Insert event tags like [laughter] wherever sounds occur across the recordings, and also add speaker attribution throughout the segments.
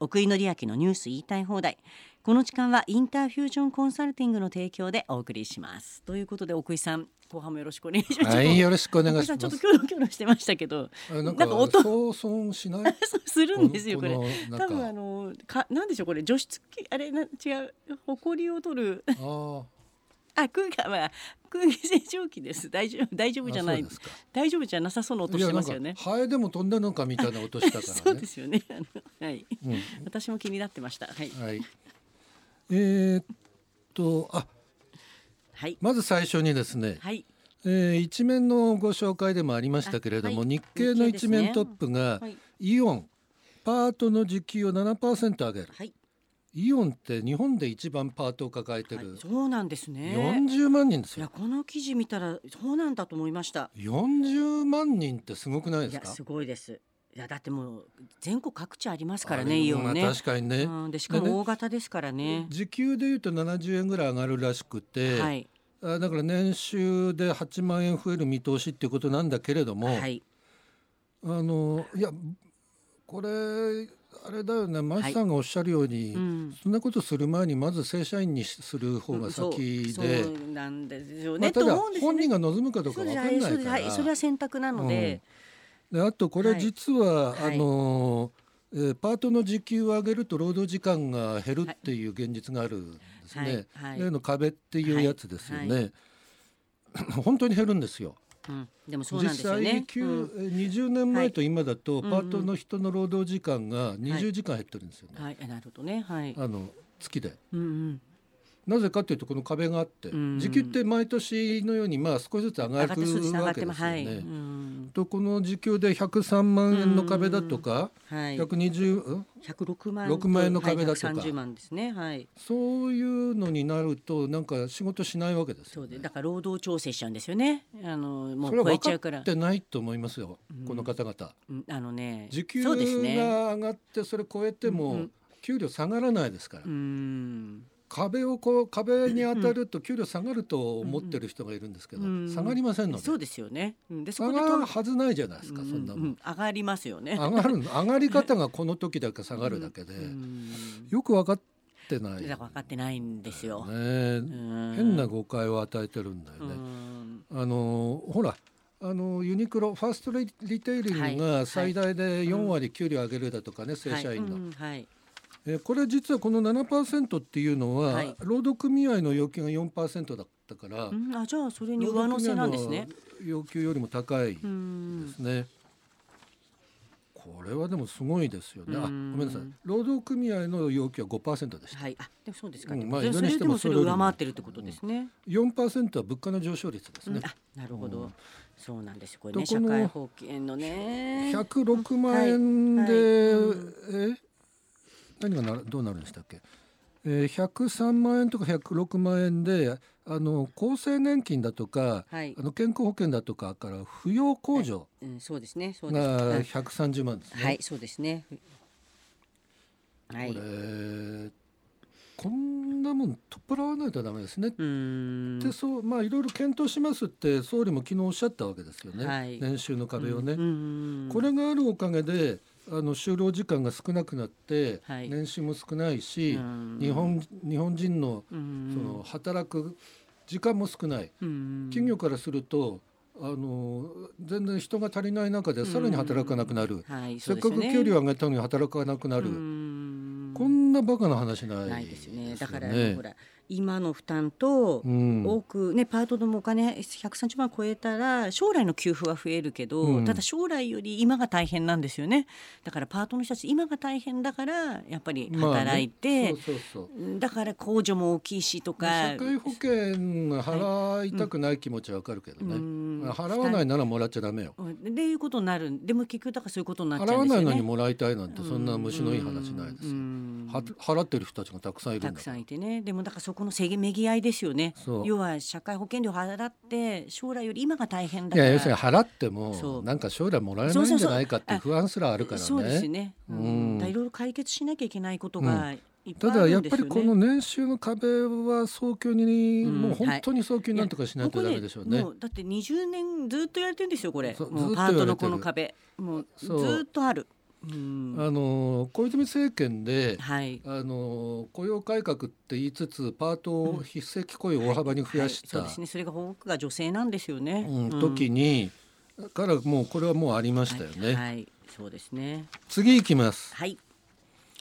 Speaker 1: 奥井紀明のニュース言いたい放題この時間はインターフュージョンコンサルティングの提供でお送りしますということで奥井さん後半もよろしくお願い [laughs] します、
Speaker 2: はい、よろしくお願
Speaker 1: 奥井
Speaker 2: いし
Speaker 1: さんちょっ
Speaker 2: ま
Speaker 1: と
Speaker 2: す。
Speaker 1: キョロキョロしてましたけど [laughs]
Speaker 2: あなん
Speaker 1: な
Speaker 2: か
Speaker 1: んか音
Speaker 2: 騒音しない。
Speaker 1: [laughs] そうするんですよこれ
Speaker 2: のな
Speaker 1: 多
Speaker 2: んか
Speaker 1: 分あのかなんでしょうこれ除湿機あれな違う埃を取る [laughs]
Speaker 2: あ
Speaker 1: あ空気まあ空気清浄機です大丈夫大丈
Speaker 2: ー
Speaker 1: 夫じゃな
Speaker 2: あ
Speaker 1: い
Speaker 2: そうですか
Speaker 1: 大丈夫じゃなさそうな音
Speaker 2: い
Speaker 1: し
Speaker 2: や
Speaker 1: て
Speaker 2: な
Speaker 1: ま
Speaker 2: ん
Speaker 1: す
Speaker 2: か
Speaker 1: よね
Speaker 2: ハエでも飛んだのかみたいな音した
Speaker 1: [laughs]
Speaker 2: か
Speaker 1: そう
Speaker 2: ら
Speaker 1: で
Speaker 2: ね。
Speaker 1: すよねあのはい
Speaker 2: うん
Speaker 1: 私も気になってましたはい
Speaker 2: はい。えーっとあ
Speaker 1: はい
Speaker 2: まず最初にですね、
Speaker 1: はい
Speaker 2: えー一面のご紹介でもありましたけれども、
Speaker 1: あはい
Speaker 2: 日経の一面トップが、
Speaker 1: はい
Speaker 2: イオンパートの時給を7%上げる。
Speaker 1: はい、
Speaker 2: イオンって日本で一番パートを抱えて
Speaker 1: はい
Speaker 2: る、
Speaker 1: そうなんですね
Speaker 2: 40万人です
Speaker 1: い
Speaker 2: よ
Speaker 1: や。この記事見たらそうなんだと思いました
Speaker 2: 40万人ってすごくない
Speaker 1: い
Speaker 2: で
Speaker 1: や
Speaker 2: すか
Speaker 1: すごいですいやだってもう全国各地ありますから
Speaker 2: あ
Speaker 1: ね
Speaker 2: れ
Speaker 1: イオンね
Speaker 2: まあ確かにね、
Speaker 1: うん、でしか
Speaker 2: でね
Speaker 1: も大型ですからね
Speaker 2: 時給でいうと70円ぐらい上がるらしくて、
Speaker 1: はい
Speaker 2: あだから年収で8万円増える見通しっていうことなんだけれども、
Speaker 1: はい
Speaker 2: あのいやこれあれだよねマシさんがおっしゃるように、
Speaker 1: うん
Speaker 2: そんなことする前にまず正社員にする方が先
Speaker 1: そう
Speaker 2: で
Speaker 1: そ、うなんですよ
Speaker 2: ま
Speaker 1: ね、
Speaker 2: あ、ただ
Speaker 1: と思うんですよ
Speaker 2: 本
Speaker 1: ね
Speaker 2: 人が望むかどうか分かんない
Speaker 1: そうです
Speaker 2: か
Speaker 1: はいそうですはいそれ
Speaker 2: ら
Speaker 1: は。選択なので、
Speaker 2: であとこれ実は、
Speaker 1: はいはい
Speaker 2: あのえーパートの時給を上げると労働時間が減るっていう現実があるんですね。
Speaker 1: はいはい
Speaker 2: 例の壁っていうやつですよね。
Speaker 1: は
Speaker 2: [laughs] 本当に減るんですよ。
Speaker 1: うん、でもそうなんですよね
Speaker 2: 実際、旧
Speaker 1: うん
Speaker 2: えー20年前と今だ
Speaker 1: は
Speaker 2: と、
Speaker 1: い
Speaker 2: パートの人の労働時間が20時間減ってるんですよね。
Speaker 1: はいえなるほどねはい
Speaker 2: あの月で。
Speaker 1: うんうん
Speaker 2: なぜかというとこの壁があって、
Speaker 1: ん
Speaker 2: 時給って毎年のようにまあ少しずつ上が
Speaker 1: 上がっ
Speaker 2: るわ
Speaker 1: た
Speaker 2: けです
Speaker 1: 数字
Speaker 2: よ
Speaker 1: が上が
Speaker 2: ね
Speaker 1: っ。てますはい、うん、
Speaker 2: とこの時給で103万円の壁だとか、
Speaker 1: はい
Speaker 2: 120、うん
Speaker 1: 106万
Speaker 2: 6万円の壁だとか
Speaker 1: はい、130万ですねはい
Speaker 2: そういうのになるとなんか仕事しないわけです
Speaker 1: そ
Speaker 2: よ、
Speaker 1: う
Speaker 2: ね
Speaker 1: で。だから労働調整しちゃうんですよねあのも
Speaker 2: そうれは
Speaker 1: 超えちゃ
Speaker 2: 分
Speaker 1: うから
Speaker 2: かってないと思いますよ、
Speaker 1: うん
Speaker 2: この方々。
Speaker 1: うんあのね
Speaker 2: 時給
Speaker 1: そ
Speaker 2: が
Speaker 1: うですね
Speaker 2: 上がってそれ超えて
Speaker 1: うんう
Speaker 2: も
Speaker 1: ん
Speaker 2: 給料下がらないですから、
Speaker 1: うん
Speaker 2: 壁をこう壁に当たると給料下がると思ってる人がいるんですけど、
Speaker 1: うん
Speaker 2: 下がりませんので
Speaker 1: そうですよねうんでそ
Speaker 2: 下
Speaker 1: こで
Speaker 2: が
Speaker 1: と
Speaker 2: るはずないじゃないですか、
Speaker 1: うん
Speaker 2: そんな
Speaker 1: う
Speaker 2: もん
Speaker 1: ん、上がりますよね
Speaker 2: 上がるの上がり方がこの時だけ下がるだけで、
Speaker 1: うん
Speaker 2: よく分かってない、
Speaker 1: だから分かってないんですよ、
Speaker 2: ね
Speaker 1: うん
Speaker 2: 変な誤解を与えてるんだよ
Speaker 1: う
Speaker 2: ね。
Speaker 1: ん
Speaker 2: あのーほらあのーユニクロファーストリリテイリング
Speaker 1: は
Speaker 2: が
Speaker 1: い
Speaker 2: 最大で4割給料上げるだとかね、正社員の、
Speaker 1: はいうんはい
Speaker 2: えーこれ実はこの7%っていうのは、
Speaker 1: はい
Speaker 2: 労働組合の要求が4%だったから、
Speaker 1: うんあじゃあそれに
Speaker 2: 労
Speaker 1: 上乗
Speaker 2: 働組
Speaker 1: せ
Speaker 2: 合
Speaker 1: なんですね
Speaker 2: の要求よりも高いで
Speaker 1: うん
Speaker 2: すね、これはでもすごいですよね、あ
Speaker 1: う
Speaker 2: ご
Speaker 1: ん
Speaker 2: めんなさい労働組合の要求は5%でした、
Speaker 1: はいあでもそうですか、
Speaker 2: う
Speaker 1: ね
Speaker 2: んまあ
Speaker 1: で
Speaker 2: いず
Speaker 1: そ
Speaker 2: れに
Speaker 1: れ
Speaker 2: して
Speaker 1: で
Speaker 2: も
Speaker 1: もそれ
Speaker 2: そ
Speaker 1: を
Speaker 2: れよりも
Speaker 1: 上回ってるってことですね、
Speaker 2: 4%は物価の上昇率です
Speaker 1: うん
Speaker 2: ね、
Speaker 1: あなるほど、
Speaker 2: うん
Speaker 1: そうなんですよこれね
Speaker 2: ど
Speaker 1: 社
Speaker 2: この
Speaker 1: 会保険のね
Speaker 2: 106万円で、
Speaker 1: はい
Speaker 2: え何がならどうなるんでしたっけ、えー、103万円とか106万円であの厚生年金だとか、
Speaker 1: はい
Speaker 2: あの健康保険だとかから扶養控除
Speaker 1: うんそうですねそうです
Speaker 2: が130万ですね。
Speaker 1: はいそうですねはい
Speaker 2: これ
Speaker 1: う
Speaker 2: こんなもん取っ払わないとダメですね。
Speaker 1: ーん
Speaker 2: でそうまあいろいろ検討しますって総理も昨日おっしゃったわけですよね、
Speaker 1: はい
Speaker 2: 年収の壁をね。
Speaker 1: うん
Speaker 2: これがあるおかげであの就労時間が少なくなって、
Speaker 1: はい
Speaker 2: 年収も少ないし、
Speaker 1: うん
Speaker 2: 日本日本人の
Speaker 1: う
Speaker 2: そ
Speaker 1: ん
Speaker 2: の働く時間も少ない、
Speaker 1: うん
Speaker 2: 企業からするとあの全然人が足りない中でさらに働かなくなる、
Speaker 1: はい
Speaker 2: せ
Speaker 1: そ
Speaker 2: っ
Speaker 1: う
Speaker 2: か
Speaker 1: ですよ
Speaker 2: く
Speaker 1: ね
Speaker 2: 給料上げたのに働かなくな
Speaker 1: う
Speaker 2: る、
Speaker 1: ん
Speaker 2: こんなバカな話ない
Speaker 1: ないですよねだから
Speaker 2: ね
Speaker 1: ほら今の負担と、
Speaker 2: うん
Speaker 1: 多くねパートでもお金130万超えたら将来の給付は増えるけど、
Speaker 2: うん
Speaker 1: ただ将来より今が大変なんですよねだからパートの人たち今が大変だからやっぱり
Speaker 2: まあね
Speaker 1: 働いて、
Speaker 2: そうそうそう
Speaker 1: だから控除も大きいしとか
Speaker 2: 社会保険払いたくない気持ちはわかるけどね、
Speaker 1: うん
Speaker 2: 払わないならもらっちゃダメよ
Speaker 1: うんでいうことになるでも結局だからそういうことになっちゃ
Speaker 2: 払
Speaker 1: う
Speaker 2: わ
Speaker 1: んです
Speaker 2: ない
Speaker 1: よね
Speaker 2: のにもらいたいなんてそんな虫のいい話ないです
Speaker 1: う
Speaker 2: よ
Speaker 1: ん
Speaker 2: は払ってる人たちがたくさんいる
Speaker 1: た
Speaker 2: ん
Speaker 1: く
Speaker 2: だ
Speaker 1: さんいてねでもだからそこのせげめぎ合いですよね
Speaker 2: そう
Speaker 1: 要は社会保険料払って将来より今が大変だ
Speaker 2: い
Speaker 1: から
Speaker 2: や要するに払って
Speaker 1: そ
Speaker 2: も
Speaker 1: う
Speaker 2: なんか将来もらえないんじゃないかっていう不安すらあるから
Speaker 1: そうです
Speaker 2: ね。
Speaker 1: ね、う
Speaker 2: うん
Speaker 1: ん、だからいろいろ解決しなきゃいけないことがいっぱ
Speaker 2: た
Speaker 1: いあ
Speaker 2: だ
Speaker 1: る
Speaker 2: や
Speaker 1: ん
Speaker 2: っ
Speaker 1: で
Speaker 2: ぱ
Speaker 1: すよ
Speaker 2: り
Speaker 1: ね、
Speaker 2: この年収の壁は早急に
Speaker 1: うん
Speaker 2: もう本当に早急になんとかしない
Speaker 1: ことこ
Speaker 2: ダ
Speaker 1: ね
Speaker 2: メでしょうね
Speaker 1: も。うだって20年ずっとやれてるんですよこれ
Speaker 2: そう
Speaker 1: もう
Speaker 2: ずっと
Speaker 1: パ
Speaker 2: やれ
Speaker 1: ー
Speaker 2: て
Speaker 1: ト
Speaker 2: る
Speaker 1: のこの壁もうず
Speaker 2: そう
Speaker 1: っとあるうん
Speaker 2: あの小泉政権で
Speaker 1: はい。
Speaker 2: あの雇用改革って言いつつパートを非正規雇用を大幅に増やし
Speaker 1: はいそう
Speaker 2: た
Speaker 1: ですね。それが多くが女性なんですよね。
Speaker 2: うん
Speaker 1: うん
Speaker 2: 時にからもうこれはもうありましたよ
Speaker 1: はい
Speaker 2: ね。
Speaker 1: はい。そうですね。
Speaker 2: 次行きます。
Speaker 1: はい。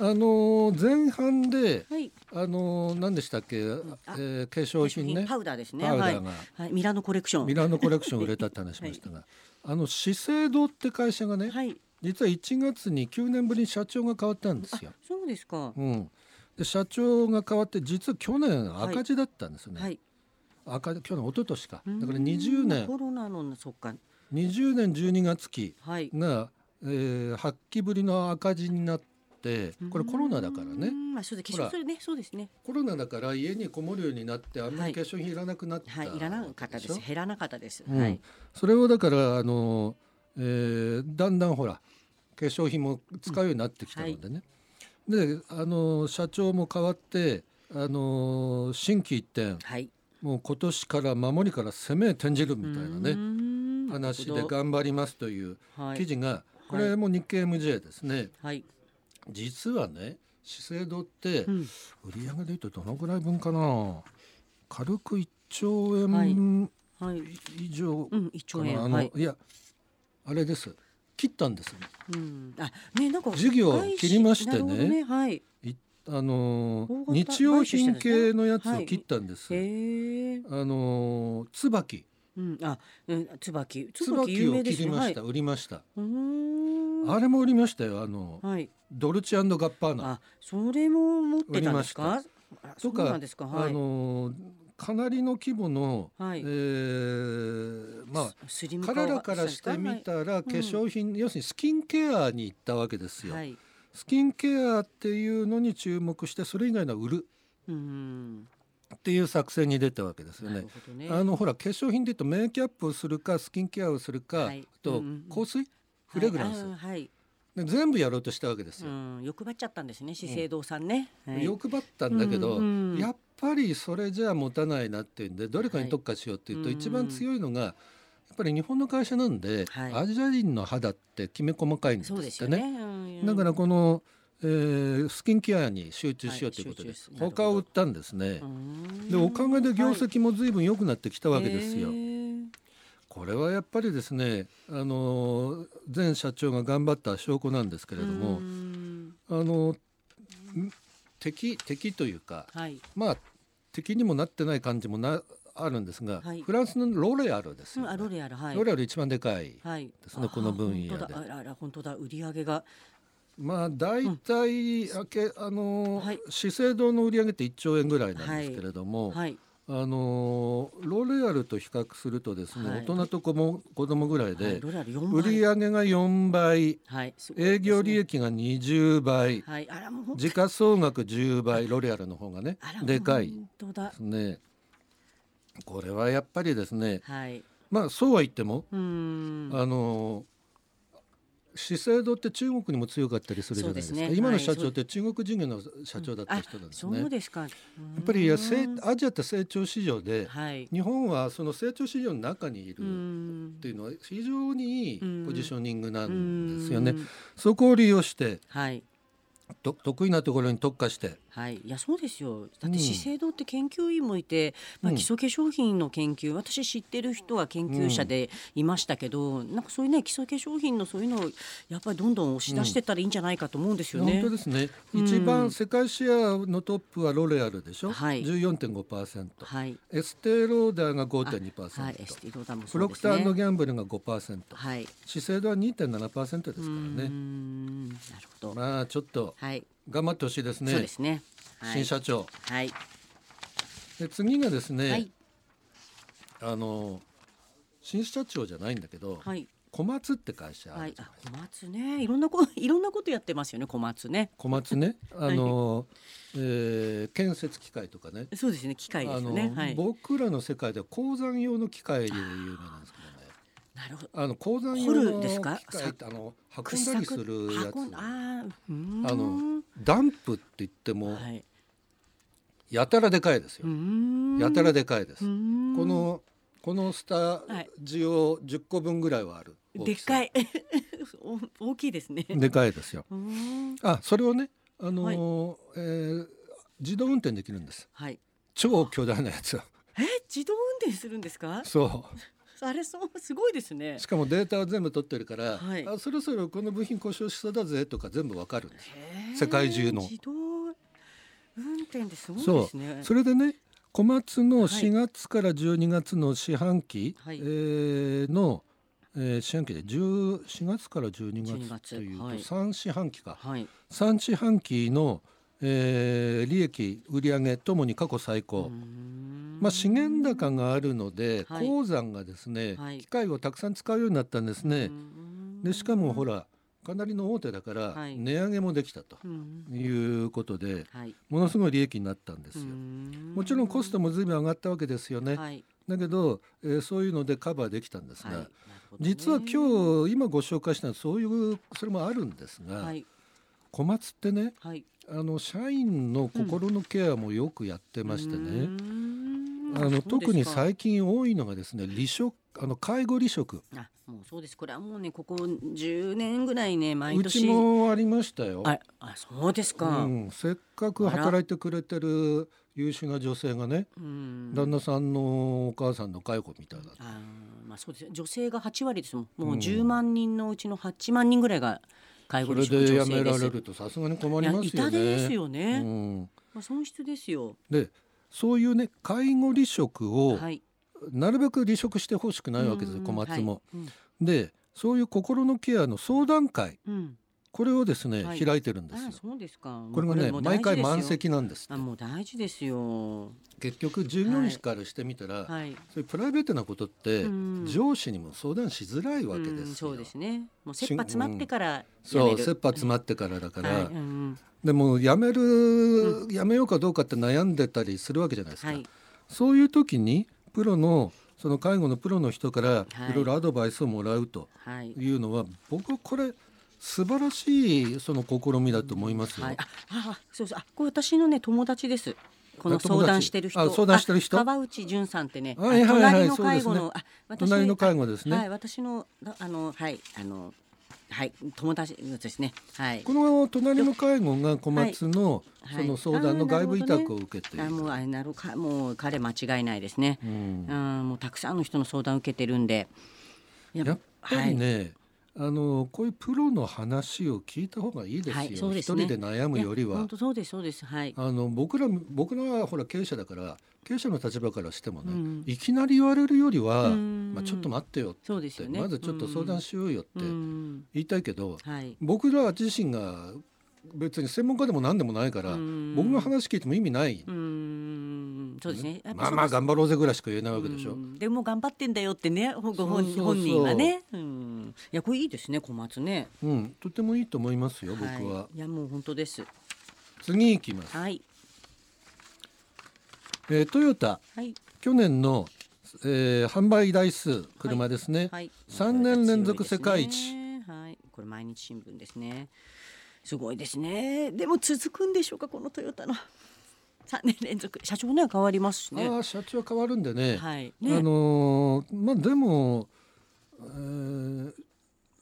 Speaker 2: あの前半で
Speaker 1: はい。
Speaker 2: あの何でしたっけ、えー化粧品ね
Speaker 1: パウダーですね。
Speaker 2: パウダー
Speaker 1: は
Speaker 2: が
Speaker 1: い。はい、ミラノコレクション。
Speaker 2: ミラノコレクション売れたって話しましたが、あの資生堂って会社がね、
Speaker 1: はい。
Speaker 2: 実は1月に9年ぶりに社長が変わったんですよ。
Speaker 1: そうですか。
Speaker 2: うん、で社長が変わって実は去年
Speaker 1: はい
Speaker 2: 赤字だったんですよね、
Speaker 1: はい。
Speaker 2: 赤字去年一昨年かだから
Speaker 1: うん
Speaker 2: 20年
Speaker 1: コロナのそっか。
Speaker 2: 20年12月期
Speaker 1: はい。
Speaker 2: が、えー、8期ぶりの赤字になってこれコロナだから
Speaker 1: う
Speaker 2: ね
Speaker 1: ん。まあそうです。
Speaker 2: ほ
Speaker 1: 化
Speaker 2: ら
Speaker 1: 粧するね。そうですね。
Speaker 2: コロナだから家にこもるようになってあんま
Speaker 1: は
Speaker 2: り
Speaker 1: い
Speaker 2: 化粧品いらなくなった、
Speaker 1: はい。いらなかったです。減らなかったです。
Speaker 2: うん
Speaker 1: はい。
Speaker 2: それをだからあの、えーだんだんほら化粧品も使うようになってきたのでね、であの社長も変わってあの新規一転
Speaker 1: はい。
Speaker 2: もう今年から守りから攻め転じるみたいなね
Speaker 1: ね
Speaker 2: 話で頑張りますという記事が、こ
Speaker 1: は
Speaker 2: れ
Speaker 1: い
Speaker 2: も日経 MJ ですね
Speaker 1: はい。
Speaker 2: 実はね資生堂って
Speaker 1: うん
Speaker 2: 売り上げでいうとどのぐらい分かな軽く1兆
Speaker 1: はい
Speaker 2: 円
Speaker 1: はい。
Speaker 2: 以上か
Speaker 1: うん、一兆
Speaker 2: な、
Speaker 1: 円。
Speaker 2: あの、
Speaker 1: はい。
Speaker 2: いやあれです切ったんです
Speaker 1: うん、あ、ね、なんか。
Speaker 2: 事業を切りましてね
Speaker 1: 外資なるほどはい。
Speaker 2: いあの
Speaker 1: 大型
Speaker 2: 日用品系のやつ
Speaker 1: は
Speaker 2: を
Speaker 1: い
Speaker 2: 切ったんです、
Speaker 1: へえ。
Speaker 2: あの椿
Speaker 1: うん、あ、うん、椿。椿
Speaker 2: 椿
Speaker 1: 有名
Speaker 2: を
Speaker 1: で
Speaker 2: 切
Speaker 1: す
Speaker 2: り
Speaker 1: ね。
Speaker 2: ま
Speaker 1: は
Speaker 2: し
Speaker 1: い
Speaker 2: た、。売りました
Speaker 1: うーん。
Speaker 2: あれも売りましたよあの
Speaker 1: はい。
Speaker 2: ドルチェガッパーナ
Speaker 1: あ、それも持ってたんですか。あそ
Speaker 2: と
Speaker 1: う
Speaker 2: か
Speaker 1: なんですか。は
Speaker 2: あ
Speaker 1: い。
Speaker 2: のーかなりの規模の、
Speaker 1: はい
Speaker 2: えーまあ
Speaker 1: スリム化を
Speaker 2: 彼らからしてみたら化粧品、要するにスキンケアに行ったわけですよ、
Speaker 1: はい。
Speaker 2: スキンケアっていうのに注目してそれ以外のは売る
Speaker 1: うん。
Speaker 2: っていう作戦に出たわけですよ
Speaker 1: な
Speaker 2: ね
Speaker 1: る。ほどね。
Speaker 2: あのほら化粧品で言うとメイクアップをするかスキンケアをするか、
Speaker 1: はい
Speaker 2: あと
Speaker 1: うんうんうん
Speaker 2: 香水、フレグランス、
Speaker 1: はい。あはい。
Speaker 2: で全部やろうとしたわけです
Speaker 1: う
Speaker 2: よ。
Speaker 1: ん、欲張っちゃったんですね。資生堂さんね。はい
Speaker 2: 欲張ったんだけど、
Speaker 1: うんうん
Speaker 2: やっぱりそれじゃ持たないなっていうんでどれかに特化しようっていうと、
Speaker 1: はい
Speaker 2: 一番強いのがやっぱり日本の会社なんで、
Speaker 1: はい
Speaker 2: アジア人の肌ってきめ細かいんです
Speaker 1: そ
Speaker 2: っ
Speaker 1: う
Speaker 2: て
Speaker 1: ですよ
Speaker 2: ね
Speaker 1: ね。うん
Speaker 2: だからこの、えースキンケアに集中しようということで、
Speaker 1: はい集中す
Speaker 2: 他を売ったんですね
Speaker 1: う。ん
Speaker 2: でおかげで業績も随分良くなってきたわけです
Speaker 1: へ
Speaker 2: よ。
Speaker 1: ー
Speaker 2: これはやっぱりですね、あのー前社長が頑張った証拠なんですけれども
Speaker 1: う、ん
Speaker 2: あのん敵敵というか、
Speaker 1: はい。
Speaker 2: まあ敵にもなってない感じもなあるんですが、
Speaker 1: はい
Speaker 2: フランスのロレアルです
Speaker 1: う
Speaker 2: よ、
Speaker 1: ん、
Speaker 2: ね
Speaker 1: あロレアルはい。
Speaker 2: ロレアル一番でかい、
Speaker 1: はい。
Speaker 2: ですねこの分野で
Speaker 1: あ本当だあら本当だ売り上げが
Speaker 2: まあ大体、あけあのー
Speaker 1: はい
Speaker 2: 資生堂の売り上げって1兆円ぐらいなんですけれども、
Speaker 1: はい
Speaker 2: あのーロレアルと比較するとですね、
Speaker 1: はい
Speaker 2: 大人と子も子供ぐらいで、
Speaker 1: はいロレアル四
Speaker 2: 売
Speaker 1: 倍。
Speaker 2: り上げが4倍
Speaker 1: はい。すごいですね
Speaker 2: 営業利益が20倍
Speaker 1: はい。あらもうほん
Speaker 2: 時価総額10倍ロレアルの方がね
Speaker 1: あら
Speaker 2: でかいで
Speaker 1: 本当だ
Speaker 2: す。ねこれはやっぱりですね
Speaker 1: はい。
Speaker 2: まあそうは言っても、
Speaker 1: うーん。
Speaker 2: あの資生堂って中国にも強かったりするじゃないです
Speaker 1: そ
Speaker 2: か
Speaker 1: うですね
Speaker 2: 今の
Speaker 1: はい
Speaker 2: 社長って中国人業の社長だった
Speaker 1: あ
Speaker 2: 人なんです
Speaker 1: そ
Speaker 2: ね、
Speaker 1: う
Speaker 2: や
Speaker 1: ですか。や
Speaker 2: っぱりいやせいアジアって成長市場で、
Speaker 1: はい。
Speaker 2: 日本はその成長市場の中にいる
Speaker 1: う
Speaker 2: っ
Speaker 1: ん
Speaker 2: ていうのは非常にいいポジショニングなんですよ
Speaker 1: う
Speaker 2: ね
Speaker 1: ん
Speaker 2: そこを利用して
Speaker 1: はい。
Speaker 2: と得意なところに特化して
Speaker 1: はい、いやそうですよだ
Speaker 2: う
Speaker 1: っ
Speaker 2: ん
Speaker 1: て資生堂って研究員もいて、まあ、
Speaker 2: うん
Speaker 1: 基礎化粧品の研究私知ってる人は研究者でいましたけど、なんかそういうね基礎化粧品のそういうのをやっぱりどんどん押し出してったらいいんじゃないかと思うんですよね。
Speaker 2: 本当ですね、
Speaker 1: うん
Speaker 2: 一番世界シェアのトップはロレアルでしょ、
Speaker 1: はい
Speaker 2: 14.5%
Speaker 1: はい、
Speaker 2: エステローダーが
Speaker 1: あ
Speaker 2: 5.2%、
Speaker 1: はい、エステローダーも
Speaker 2: プ
Speaker 1: そう
Speaker 2: ロ
Speaker 1: で
Speaker 2: ク
Speaker 1: す
Speaker 2: タ
Speaker 1: ね。
Speaker 2: ーギャンブルが5%
Speaker 1: はい、です
Speaker 2: 資生堂は2.7%です
Speaker 1: か
Speaker 2: か
Speaker 1: ららね。
Speaker 2: ね
Speaker 1: なるほど。
Speaker 2: まあちょっと
Speaker 1: はい、
Speaker 2: 頑張ってほしいですね
Speaker 1: そうですね。はい、
Speaker 2: 新社長
Speaker 1: はい、
Speaker 2: で次がですね、
Speaker 1: はい、
Speaker 2: あの新社長じゃないんだけど、
Speaker 1: はい、
Speaker 2: 小松って会社あ
Speaker 1: は
Speaker 2: る
Speaker 1: い、
Speaker 2: じゃ
Speaker 1: あ
Speaker 2: ない、
Speaker 1: 小松ね、いろんなこ、 [laughs] いろんなことやってますよね、小松ね。
Speaker 2: 小
Speaker 1: [laughs]
Speaker 2: 松ねあの、えー建設機械とかね
Speaker 1: そうですね、機械で
Speaker 2: あ
Speaker 1: すよ
Speaker 2: の、
Speaker 1: ね。はい。
Speaker 2: 僕らの世界では鉱山用の機械で有名なんですけどね
Speaker 1: なるほど。
Speaker 2: あの鉱山用
Speaker 1: 掘る
Speaker 2: の
Speaker 1: んです
Speaker 2: 機
Speaker 1: か
Speaker 2: 械ってあの運んだりするや
Speaker 1: 掘削運んあー
Speaker 2: つ
Speaker 1: うーん
Speaker 2: あのダンプって言っても
Speaker 1: はい、
Speaker 2: やたらでかいです
Speaker 1: うー
Speaker 2: よ、
Speaker 1: ん
Speaker 2: やたらでかいです、
Speaker 1: うーん
Speaker 2: このこのスタジオ10個分ぐらいはある大
Speaker 1: で
Speaker 2: きさ
Speaker 1: っかい [laughs] お大きいですね。
Speaker 2: でかいですよ。
Speaker 1: うーん
Speaker 2: あそれをね、あのーえー自動運転できるんです
Speaker 1: はい。
Speaker 2: 超巨大なや
Speaker 1: [laughs]
Speaker 2: つを
Speaker 1: え自動運転するんですか？
Speaker 2: そ
Speaker 1: あれそうすごいですね
Speaker 2: うし。かもデータを全部取ってるから、
Speaker 1: はい
Speaker 2: あそろそろこの部品故障しそうだぜとか全部わかるんです
Speaker 1: へー
Speaker 2: 世界中の
Speaker 1: 自動運転ですごいで
Speaker 2: そ
Speaker 1: す
Speaker 2: う、
Speaker 1: ね。
Speaker 2: それでね小松
Speaker 1: は
Speaker 2: の
Speaker 1: い
Speaker 2: 4月から12月の四半期、
Speaker 1: はい
Speaker 2: えーの、えー四半期で10 4月から12
Speaker 1: 12
Speaker 2: 月
Speaker 1: 月
Speaker 2: というと
Speaker 1: はい
Speaker 2: 3四半期か
Speaker 1: はい。
Speaker 2: 3四半期の、えー利益売上ともに過去最高、ま
Speaker 1: ま
Speaker 2: あ、資源高があるので、
Speaker 1: はい
Speaker 2: 鉱山がですね、
Speaker 1: はい
Speaker 2: 機械をたくさん使うようになったんですね。でしかもほ
Speaker 1: ら。
Speaker 2: らかなりの大手だから
Speaker 1: はい
Speaker 2: 値上げもできたと
Speaker 1: うん
Speaker 2: いうことで
Speaker 1: はい。
Speaker 2: ものすごい利益になったんですよ。も
Speaker 1: も
Speaker 2: ちろんコストも随分上がったわけですよね。
Speaker 1: はい。
Speaker 2: だけど、えーそういうのでカバーできたんです
Speaker 1: はい
Speaker 2: が、
Speaker 1: なるほどね
Speaker 2: 実は今日今ご紹介したそういうそれもあるんですが、
Speaker 1: はい
Speaker 2: 小松ってね
Speaker 1: はい。
Speaker 2: あの社員の心のケアもよくやってましてね。
Speaker 1: うーん。
Speaker 2: あの特に
Speaker 1: 最
Speaker 2: 最近多いのがですね離職あの介護離職
Speaker 1: あもうそうですこれはもうねここ10年ぐらいね毎
Speaker 2: う
Speaker 1: 年
Speaker 2: ちもありましたよ、
Speaker 1: ああそうです
Speaker 2: う
Speaker 1: か、うん
Speaker 2: ん、せっかく働いてくれてる優秀な女性がね旦那さんのお母さんの介護みたいな
Speaker 1: あーまあそうですよ女性が8割ですもんもう
Speaker 2: うん
Speaker 1: 10万人のうちの8万人ぐらいが介護
Speaker 2: そ
Speaker 1: 離
Speaker 2: れ
Speaker 1: 職
Speaker 2: で
Speaker 1: 女
Speaker 2: 辞め
Speaker 1: 性で
Speaker 2: ら
Speaker 1: す
Speaker 2: れるとさすがに困
Speaker 1: い
Speaker 2: り
Speaker 1: や
Speaker 2: ますよ
Speaker 1: 痛手です
Speaker 2: ね。
Speaker 1: よ
Speaker 2: う
Speaker 1: ね、
Speaker 2: ん、
Speaker 1: まあ、損失ですよ
Speaker 2: でそういうね介護離職を
Speaker 1: はい
Speaker 2: なるべく離職してほしくないわけです
Speaker 1: う
Speaker 2: よ
Speaker 1: ん
Speaker 2: 小松も。
Speaker 1: はい
Speaker 2: でそういう心のケアの相談会
Speaker 1: うんうん
Speaker 2: これをですね、
Speaker 1: はい
Speaker 2: 開いてるんで
Speaker 1: あ
Speaker 2: すよ
Speaker 1: ー。そうですかもう
Speaker 2: これがね
Speaker 1: もう大
Speaker 2: 毎
Speaker 1: 事
Speaker 2: 回
Speaker 1: ですよ
Speaker 2: 満席なんですって
Speaker 1: あもう大事ですよ
Speaker 2: 結局従業員からしてみたら、
Speaker 1: はい
Speaker 2: そういうプライベートなことって
Speaker 1: うん
Speaker 2: 上司にも相談しづらいわけ
Speaker 1: う
Speaker 2: で
Speaker 1: ん
Speaker 2: すよ、
Speaker 1: そうですねもう切羽詰まってからや
Speaker 2: そ
Speaker 1: め
Speaker 2: う
Speaker 1: る
Speaker 2: 切羽詰まってからだから、
Speaker 1: はいうん
Speaker 2: でも辞める辞めようかどうかって悩んでたりするわけじゃないですか、
Speaker 1: はい
Speaker 2: そういう時にプロのその介護のプロの人から
Speaker 1: はい
Speaker 2: いろいろアドバイスをもらうと
Speaker 1: はい
Speaker 2: いうのは、僕はこれ素晴らしいその試みだと思いますよ。
Speaker 1: はい、あ、あ、そうそう、あ、これ私のね、友達です。この
Speaker 2: あ友達
Speaker 1: 相談してる人。
Speaker 2: あ相談してる人
Speaker 1: あ川内淳さんってね。
Speaker 2: はいはいは
Speaker 1: あ隣
Speaker 2: い
Speaker 1: の介護の、あ、私
Speaker 2: 隣の介護ですね、
Speaker 1: はい、私の、ああの、はい、あの。はい、友達ですね。はい。
Speaker 2: この隣の介護が小松の
Speaker 1: はい
Speaker 2: その相談の外部委託を受けてい
Speaker 1: あ、
Speaker 2: る
Speaker 1: もう、あれなるか、もう彼間違いないですね
Speaker 2: う。ん
Speaker 1: うん、もうたくさんの人の相談受けてるんで。や
Speaker 2: やっぱりね、あのこういうプロの話を聞いた方がいいですよ。
Speaker 1: はいそうです
Speaker 2: 一
Speaker 1: ね
Speaker 2: 人で悩
Speaker 1: はい
Speaker 2: むより
Speaker 1: いや
Speaker 2: は
Speaker 1: 本。当そうです、そうです、はい。
Speaker 2: あの僕ら僕らはほら経営者だから経営者の立場からしてもね、
Speaker 1: うん
Speaker 2: いきなり言われるよりは、
Speaker 1: うん
Speaker 2: まあ、ちょっと待ってよって
Speaker 1: そうですよね。
Speaker 2: まずちょっと相談しようよって
Speaker 1: うんうん
Speaker 2: 言いたいけど、
Speaker 1: はい。
Speaker 2: 僕ら自身が別に専門家でも何でもないから、
Speaker 1: うん
Speaker 2: 僕が話聞いても意味ない、
Speaker 1: うーんそうですね。やっぱ
Speaker 2: まあまあ
Speaker 1: そう
Speaker 2: 頑張ろうぜぐらいしか言えないわけでしょ。
Speaker 1: うんでも頑張ってんだよってね、ほご
Speaker 2: そうそう
Speaker 1: 本
Speaker 2: そう
Speaker 1: 本人はね。うんいやこれいいですね、小松ね。
Speaker 2: うん、とてもいいと思いますよ、僕は。
Speaker 1: い、いやもう本当です。
Speaker 2: 次行きます。
Speaker 1: はい
Speaker 2: えートヨタ
Speaker 1: はい
Speaker 2: 去年の、えー販売台数車ですね、
Speaker 1: はい。
Speaker 2: 三年連続世界
Speaker 1: 強
Speaker 2: 一
Speaker 1: いですね。はい。これ毎日新聞ですね。すごいですね。でも続くんでしょうかこのトヨタの三年連続社長ね変わりますしね
Speaker 2: あ。あ社長変わるんでね,、
Speaker 1: はい。ね。
Speaker 2: あのーまあでも、えー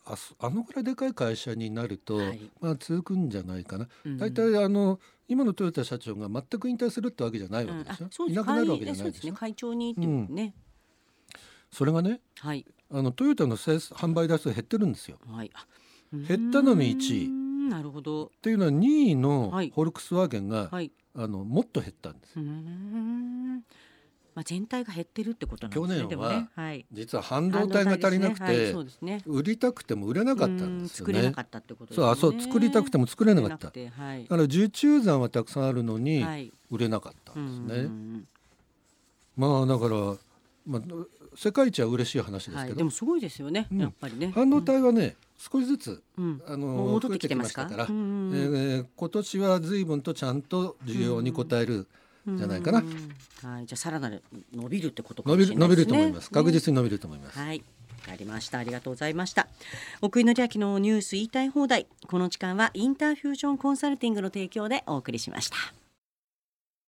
Speaker 2: あそあのぐらいでかい会社になると、
Speaker 1: はい
Speaker 2: まあ続くんじゃないかな
Speaker 1: うん
Speaker 2: 大体、あの今のトヨタ社長が全く引退するってわけじゃないわ
Speaker 1: う
Speaker 2: け
Speaker 1: ん
Speaker 2: で
Speaker 1: あ
Speaker 2: しょ、
Speaker 1: そう
Speaker 2: い
Speaker 1: です
Speaker 2: なくなるわけじゃ
Speaker 1: 会
Speaker 2: な
Speaker 1: そう
Speaker 2: い
Speaker 1: で
Speaker 2: ですしょ
Speaker 1: ね会長にっていうね。
Speaker 2: それがね
Speaker 1: はい
Speaker 2: あのトヨタの生産販売台数減ってるんですよ。
Speaker 1: はい。あ
Speaker 2: 減ったのに一位
Speaker 1: うーんなるほど。
Speaker 2: っていうのは2位の
Speaker 1: はい
Speaker 2: フォルクスワーゲンが、
Speaker 1: はい。
Speaker 2: あのもっと減ったんです
Speaker 1: うーん。まあ全体が減ってるってことなんですね。
Speaker 2: 去年は
Speaker 1: でもね、はい。
Speaker 2: 実は半導体が足りな
Speaker 1: 半
Speaker 2: くて、
Speaker 1: 導体ですねはい、そうですね。
Speaker 2: 売りたくても売れなかったん
Speaker 1: うー
Speaker 2: ですよ
Speaker 1: 作れな
Speaker 2: ね
Speaker 1: か。ったってことです
Speaker 2: そ
Speaker 1: よ
Speaker 2: う
Speaker 1: ね。
Speaker 2: あそう作りたくても作れなかった。
Speaker 1: 作れなくてはい
Speaker 2: だ。から受注残はたくさんあるのに
Speaker 1: はい。
Speaker 2: 売れなかった
Speaker 1: うんん
Speaker 2: ですね。まあだからまあ世界一は嬉しい話です
Speaker 1: は
Speaker 2: け
Speaker 1: い。
Speaker 2: ど、
Speaker 1: でもすごいですよね。
Speaker 2: うん
Speaker 1: やっぱりね。
Speaker 2: 半導体はね少しずつ
Speaker 1: うん。
Speaker 2: あ
Speaker 1: うん。もう
Speaker 2: の
Speaker 1: 戻ってきてますか。
Speaker 2: 増えてきました
Speaker 1: う
Speaker 2: から。え
Speaker 1: ん
Speaker 2: ー今年は随分とちゃんと需要に応えるじゃないかな。
Speaker 1: うんはい。じゃあさらなる伸びるってことか
Speaker 2: 伸
Speaker 1: も
Speaker 2: び
Speaker 1: し
Speaker 2: る
Speaker 1: れな
Speaker 2: 伸
Speaker 1: いで
Speaker 2: び
Speaker 1: すね。
Speaker 2: ると思います。確実に伸びると思います。
Speaker 1: はい。わかりました。ありがとうございました。奥井紀明のニュース言いたい放題。この時間はインターフュージョンコンサルティングの提供でお送りしました。